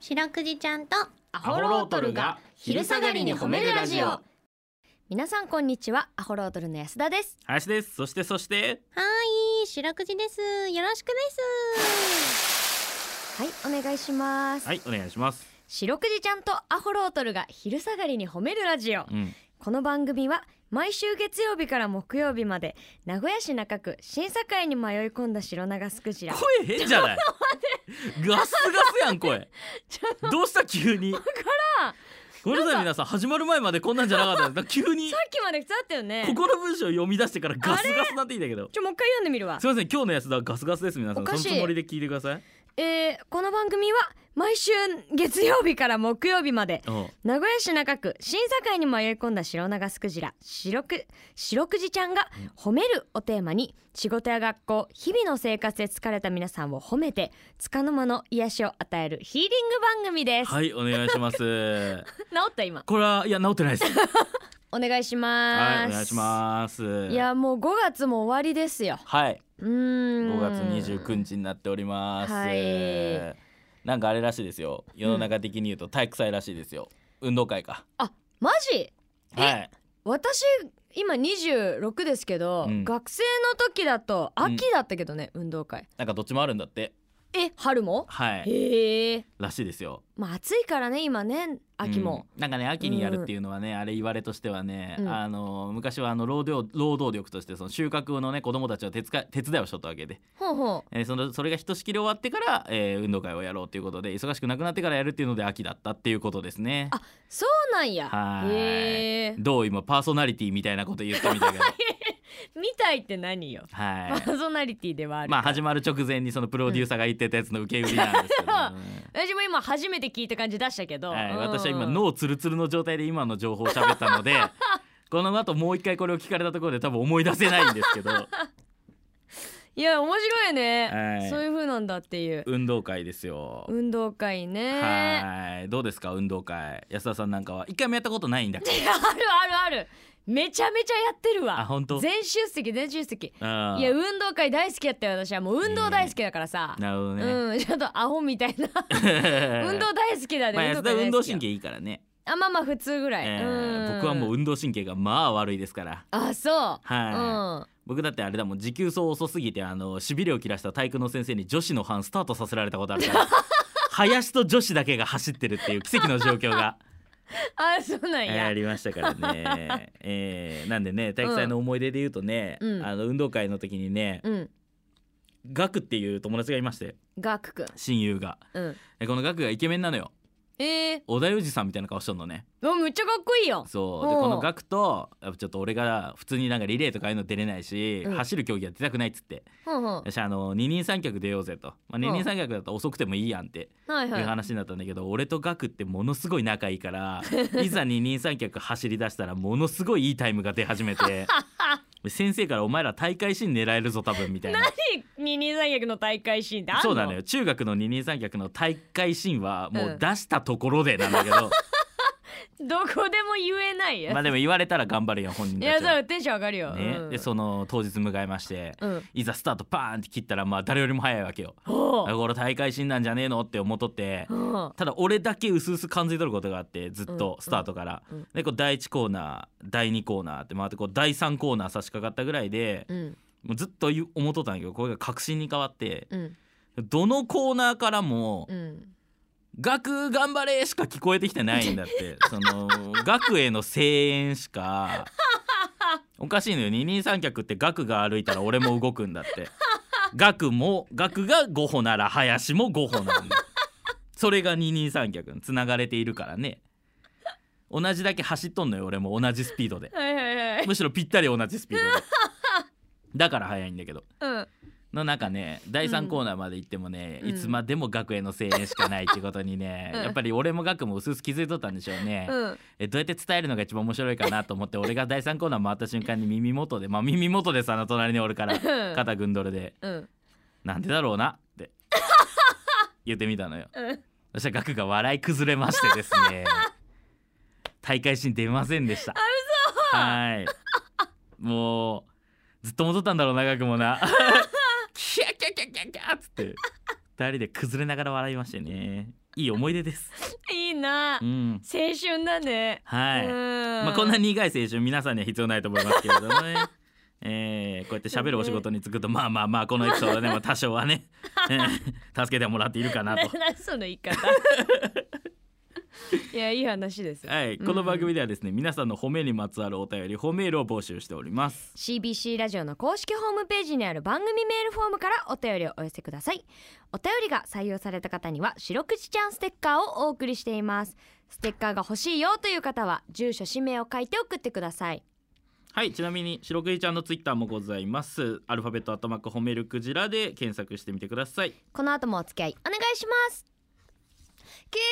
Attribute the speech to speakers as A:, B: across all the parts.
A: 白くじちゃんと
B: ア
C: ホロートルが昼下がりに褒めるラジオ
B: 皆さんこんにちはアホロートルの安田です
C: 林ですそしてそして
A: はーい白くじですよろしくです
B: はいお願いします、
C: はいお願いします
B: 白くじちゃんとアホロートルが昼下がりに褒めるラジオ
C: うん
B: この番組は毎週月曜日から木曜日まで名古屋市中区審査会に迷い込んだ白長スクジラ
C: 声変じゃないガスガスやん声どうした急に
B: からん
C: ごめんなさい皆さん始まる前までこんなんじゃなかったんです急に
B: さっきまで普通あったよね
C: ここの文章読み出してからガスガスなんていいんだけど
B: ちょもう一回読んでみるわ
C: すいません今日のやつだガスガスです皆さん
B: おか
C: その
B: しい
C: つもりで聞いてください
B: えー、この番組は毎週月曜日から木曜日まで
C: うん
B: 名古屋市中区審査会に迷い込んだ白長スクジラ白く白くじちゃんが「褒める」をテーマに仕事や学校日々の生活で疲れた皆さんを褒めて束の間の癒しを与えるヒーリング番組です、
C: はいお願いします
B: 治った今
C: これはいや治ってないです
B: お願いします
C: はいお願いします
B: いやもう5月も終わりですよ
C: はい、
B: うーん
C: 5月29日になっております、
B: はい
C: なんかあれらしいですよ世の中的に言うと体育祭らしいですよ、運動会か
B: あマジえ
C: はい
B: 私今26ですけど、
C: うん
B: 学生の時だと秋だったけどね、運動会
C: なんかどっちもあるんだって
B: え春も
C: はい
B: へえ
C: らしいですよ
B: まあ暑いからね今ね秋も、、
C: うんなんかね秋にやるっていうのはね、あれ言われとしてはね、
B: うん
C: あの昔はあの労働労働力としてその収穫のね子供たちを手つか手伝いをしとったわけで、
B: ほうほ
C: えーそのそれがひとしきり終わってから、えー運動会をやろうということで忙しくなくなってからやるっていうので秋だったっていうことですね
B: あうそうなんや
C: はーい
B: へえ
C: どう今パーソナリティみたいなこと言ってみたけど
B: みたいって何よ
C: は
B: パ
C: い
B: ーソナリティではある、
C: まあ始まる直前にそのプロデューサーが言ってたやつの受け売りなんですけど、 ね
B: 私も今初めて聞いた感じ出したけど、
C: はい、
B: うん
C: 私は今脳ツルツルの状態で今の情報を喋ったのでこの後もう一回これを聞かれたところで多分思い出せないんです けど
B: いや面白いよね、
C: はい
B: そういう風なんだっていう
C: 運動会ですよ。
B: 運動会ね
C: はいどうですか運動会安田さんなんかは一回もやったことないんだ っけ
B: いやあるあるあるめちゃめちゃやってるわ
C: あ本当
B: 全出席全出席
C: あー
B: いや運動会大好きやったよ私はもう運動大好きだからさ、
C: なるほど ね、
B: うんちょっとアホみたいな 運動大好きだね、
C: まあ安田運動神
B: 経
C: 経いいからね、
B: あまあまあ普通ぐらい、
C: えー
B: うん
C: 僕はもう運動神経がまあ悪いですから
B: あそう、
C: はい、
B: うん
C: 僕だってあれだもん持久走遅すぎてあのしびれを切らした体育の先生に女子の班スタートさせられたことあるから 林と女子だけが走ってるっていう奇跡の状況が
B: あそうなん
C: え
B: や、
C: ーありましたから ね、えーなんでね体育祭の思い出で言うとね、
B: うん
C: あの運動会の時にね、
B: うん
C: ガクっていう友達がいまして
B: ガクくん
C: 親友が
B: うん
C: でこのガクがイケメンなのよ
B: えー、
C: 織田裕二さんみたいな顔しとんのね
B: もうむっちゃかっこいいよ
C: そうで
B: おう
C: このガクとやっぱちょっと俺が普通になんかリレーとかああいうの出れないし、
B: うん
C: 走る競技は出たくないっつって
B: ほんほん
C: よしあの二人三脚出ようぜと、まあ、二人三脚だったら遅くてもいいやんって
B: はい
C: いう
B: はい
C: 話になったんだけど、俺とガクってものすごい仲いいから いざ二人三脚走り出したらものすごいいいタイムが出始め て先生から「お前ら大会新狙えるぞ多分」みたいな。
B: 何二人三役の大会シーンってあんの
C: そうなのよ中学の二人三脚の大会新はも
B: う
C: うん出したところでなんだ けど、
B: どこでも言えないよ、
C: まあでも言われたら頑張るよ本人
B: い
C: た
B: や
C: ちは
B: そうテンション上がるよ、
C: ね
B: うん、
C: でその当日迎えまして、
B: うん
C: いざスタートパーンって切ったらまあ誰よりも早いわけよ。
B: ほ
C: だから俺大会新なんじゃねえのって思っとって、
B: うほ
C: ただ俺だけ薄々感づいとることがあってずっと
B: うん
C: スタートから、
B: うん
C: でこう第1コーナー第2コーナーって回ってこう第3コーナー差し掛かったぐらいで、
B: ううん
C: もうずっと言う思っとったんだけどこれが確信に変わって、
B: うん
C: どのコーナーからも「
B: うん
C: 学頑張れ!」しか聞こえてきてないんだってその学への声援しかおかしいのよ二人三脚って学が歩いたら俺も動くんだって学も学が5歩なら林も5歩なんだそれが二人三脚につながれているからね同じだけ走っとんのよ俺も同じスピードで
B: はいはいはい
C: むしろぴったり同じスピードでだから速いんだけど
B: うん
C: の中ね第3コーナーまで行ってもね、
B: うん
C: いつまでも学への声援しかないってことに ね、
B: うん
C: やっぱり俺も学も薄々気づいとったんでしょうね、
B: うん
C: えどうやって伝えるのが一番面白いかなと思って俺が第3コーナー回った瞬間に耳元でまあ耳元でさあの隣におるから
B: うん
C: 肩ぐんどるで
B: うん
C: 「なんでだろうな」って言ってみたのよ
B: うん
C: そしたら学が笑い崩れましてですね大会新出ませんでしたはーいもうずっと戻ったんだろうな学もなキャキャキャキャキャっつって二人で崩れながら笑いましてねいい思い出です。
B: いいな、
C: うん、
B: 青春だね
C: はい。ま
B: ま
C: あ、こんな苦い青春皆さんには必要ないと思いますけれども ね。えー、こうやって喋るお仕事に就くと、まあまあまあこのエピソードでも多少はね、 えー助けてもらっているかなと。
B: なその言 い方いやいい話です、
C: はい、この番組ではですね、皆さんの褒めにまつわるお便り褒めールを募集しております。
B: CBC ラジオの公式ホームページにある番組メールフォームからお便りをお寄せくださいお便りが採用された方には白口ちゃんステッカーをお送りしていますステッカーが欲しいよという方は住所氏名を書いて送ってください
C: はいちなみに白クジちゃんのツイッターもございますアルファベットアットマーク褒めるクジラで検索してみてください
B: この後もお付き合いお願いします聞いてよ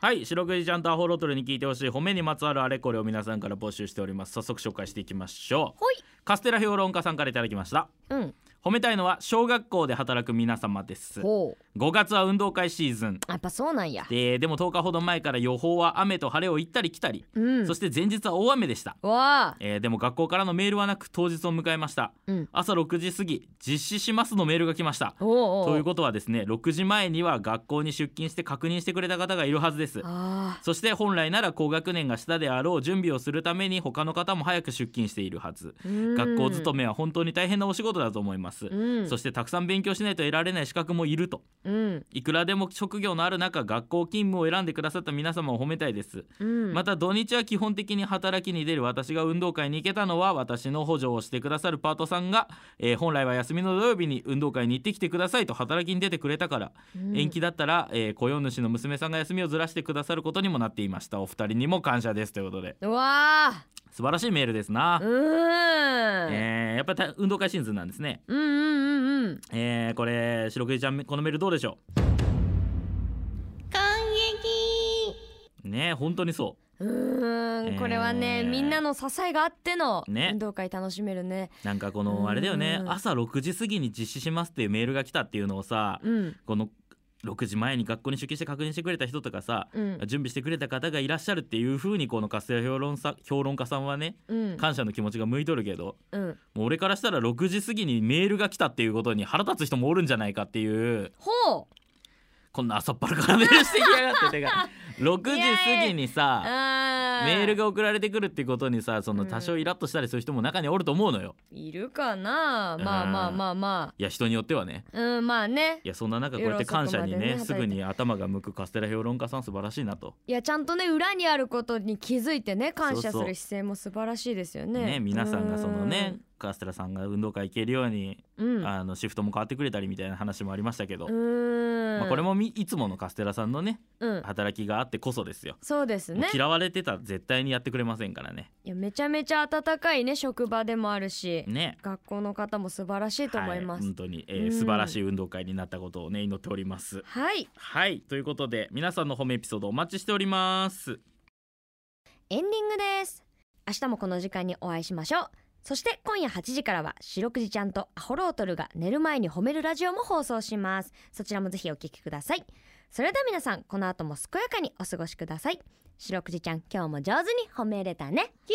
C: はい白クジちゃんとアホロトルに聞いてほしい褒めにまつわるあれこれを皆さんから募集しております早速紹介していきましょう
B: ほい
C: カステラ評論家さんからいただきました
B: ーうん
C: 褒めたいのは小学校で働く皆様です
B: ほう
C: 5月は運動会シーズン
B: あやっぱそうなんや
C: ででも10日ほど前から予報は雨と晴れを行ったり来たり、
B: うん
C: そして前日は大雨でした
B: わあ
C: えーでも学校からのメールはなく当日を迎えました、
B: うん
C: 朝6時過ぎ実施しますのメールが来ました
B: おうお
C: という
B: と
C: ことはですね6時前には学校に出勤して確認してくれた方がいるはずです
B: あ
C: そして本来なら高学年が下であろう準備をするために他の方も早く出勤しているはず学
B: 学
C: 校勤めは本当に大変なお仕事だと思い
B: う
C: ます、
B: ん
C: そしてたくさん勉強しないと得られない資格もいると
B: うん
C: いくらでも職業のある中学校勤務を選んでくださった皆様を褒めたいです
B: うん
C: また土日は基本的に働きに出る私が運動会に行けたのは私の補助をしてくださるパートさんが、えー本来は休みの土曜日に運動会に行ってきてくださいと働きに出てくれたから、
B: うん
C: 延期だったら、えー雇用主の娘さんが休みをずらしてくださることにもなっていましたお二人にも感謝ですということで
B: うわあ
C: 素晴らしいメールですな、
B: うーん、
C: えーやっぱり運動会シーズンなんですね、
B: うんうんうんうん
C: えーこれ白くじちゃんこのメールどうでしょ
A: 感激
C: うねえ本当にそう
B: うーんこれはね、
C: えー
B: みんなの支えがあっての
C: ね
B: 運動会楽しめるね
C: なんかこのあれだよね
B: うん
C: 朝6時過ぎに実施しますっていうメールが来たっていうのをさ
B: うん
C: この6時前に学校に出勤して確認してくれた人とかさ
B: うん
C: 準備してくれた方がいらっしゃるっていう風にこのカステラ評論さ評論家さんはね
B: うん
C: 感謝の気持ちが向いとるけど
B: うん
C: もう俺からしたら6時過ぎにメールが来たっていうことに腹立つ人もおるんじゃないかっていう
B: ほう
C: こんな朝っぱらからメールしてき やがっててか6時過ぎにさ
B: あ
C: メール
B: が
C: が送られてくるってことにさその多少イラッとしたりする人も中にはおると思うのよ。
B: いるかなまあまあまあま
C: いや人によってはね
B: あうんまあね
C: いやそんな中こうやって感謝に
B: 夜
C: ね
B: 遅く
C: す
B: までね働
C: ぐ
B: いて
C: に頭が向くカステラ評論家さん素晴らしいなと、
B: いやちゃんとね裏にあることに気づいてね感謝す
C: そうそう
B: る姿勢も素晴らしいですよね
C: ね皆さんがそのねカステラさんが運動会行けるように、
B: うんうん
C: あのシフトも変わってくれたりみたいな話もありましたけど、
B: うん
C: まあ、これもみいつものカステラさんのね
B: うん
C: 働きがあってこそですよ。
B: そうですね
C: もう嫌われてたら絶対にやってくれませんからね。
B: いやめちゃめちゃ温かいね職場でもあるし、
C: ね。
B: 学校の方も素晴らしいと思いま
C: は
B: す
C: 本当に、えー
B: うん
C: 素晴らしい運動会になったことをね祈っております。
B: はい、
C: はいということで皆さんの褒めエピソードお待ちしております。
B: エンディングです明日もこの時間にお会いしましょうそして今夜8時からは白くじちゃんとアホロートルが寝る前に褒めるラジオも放送しますそちらもぜひお聞きくださいそれでは皆さんこの後も健やかにお過ごしください白くじちゃん今日も上手に褒めれたねキキ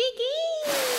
B: ー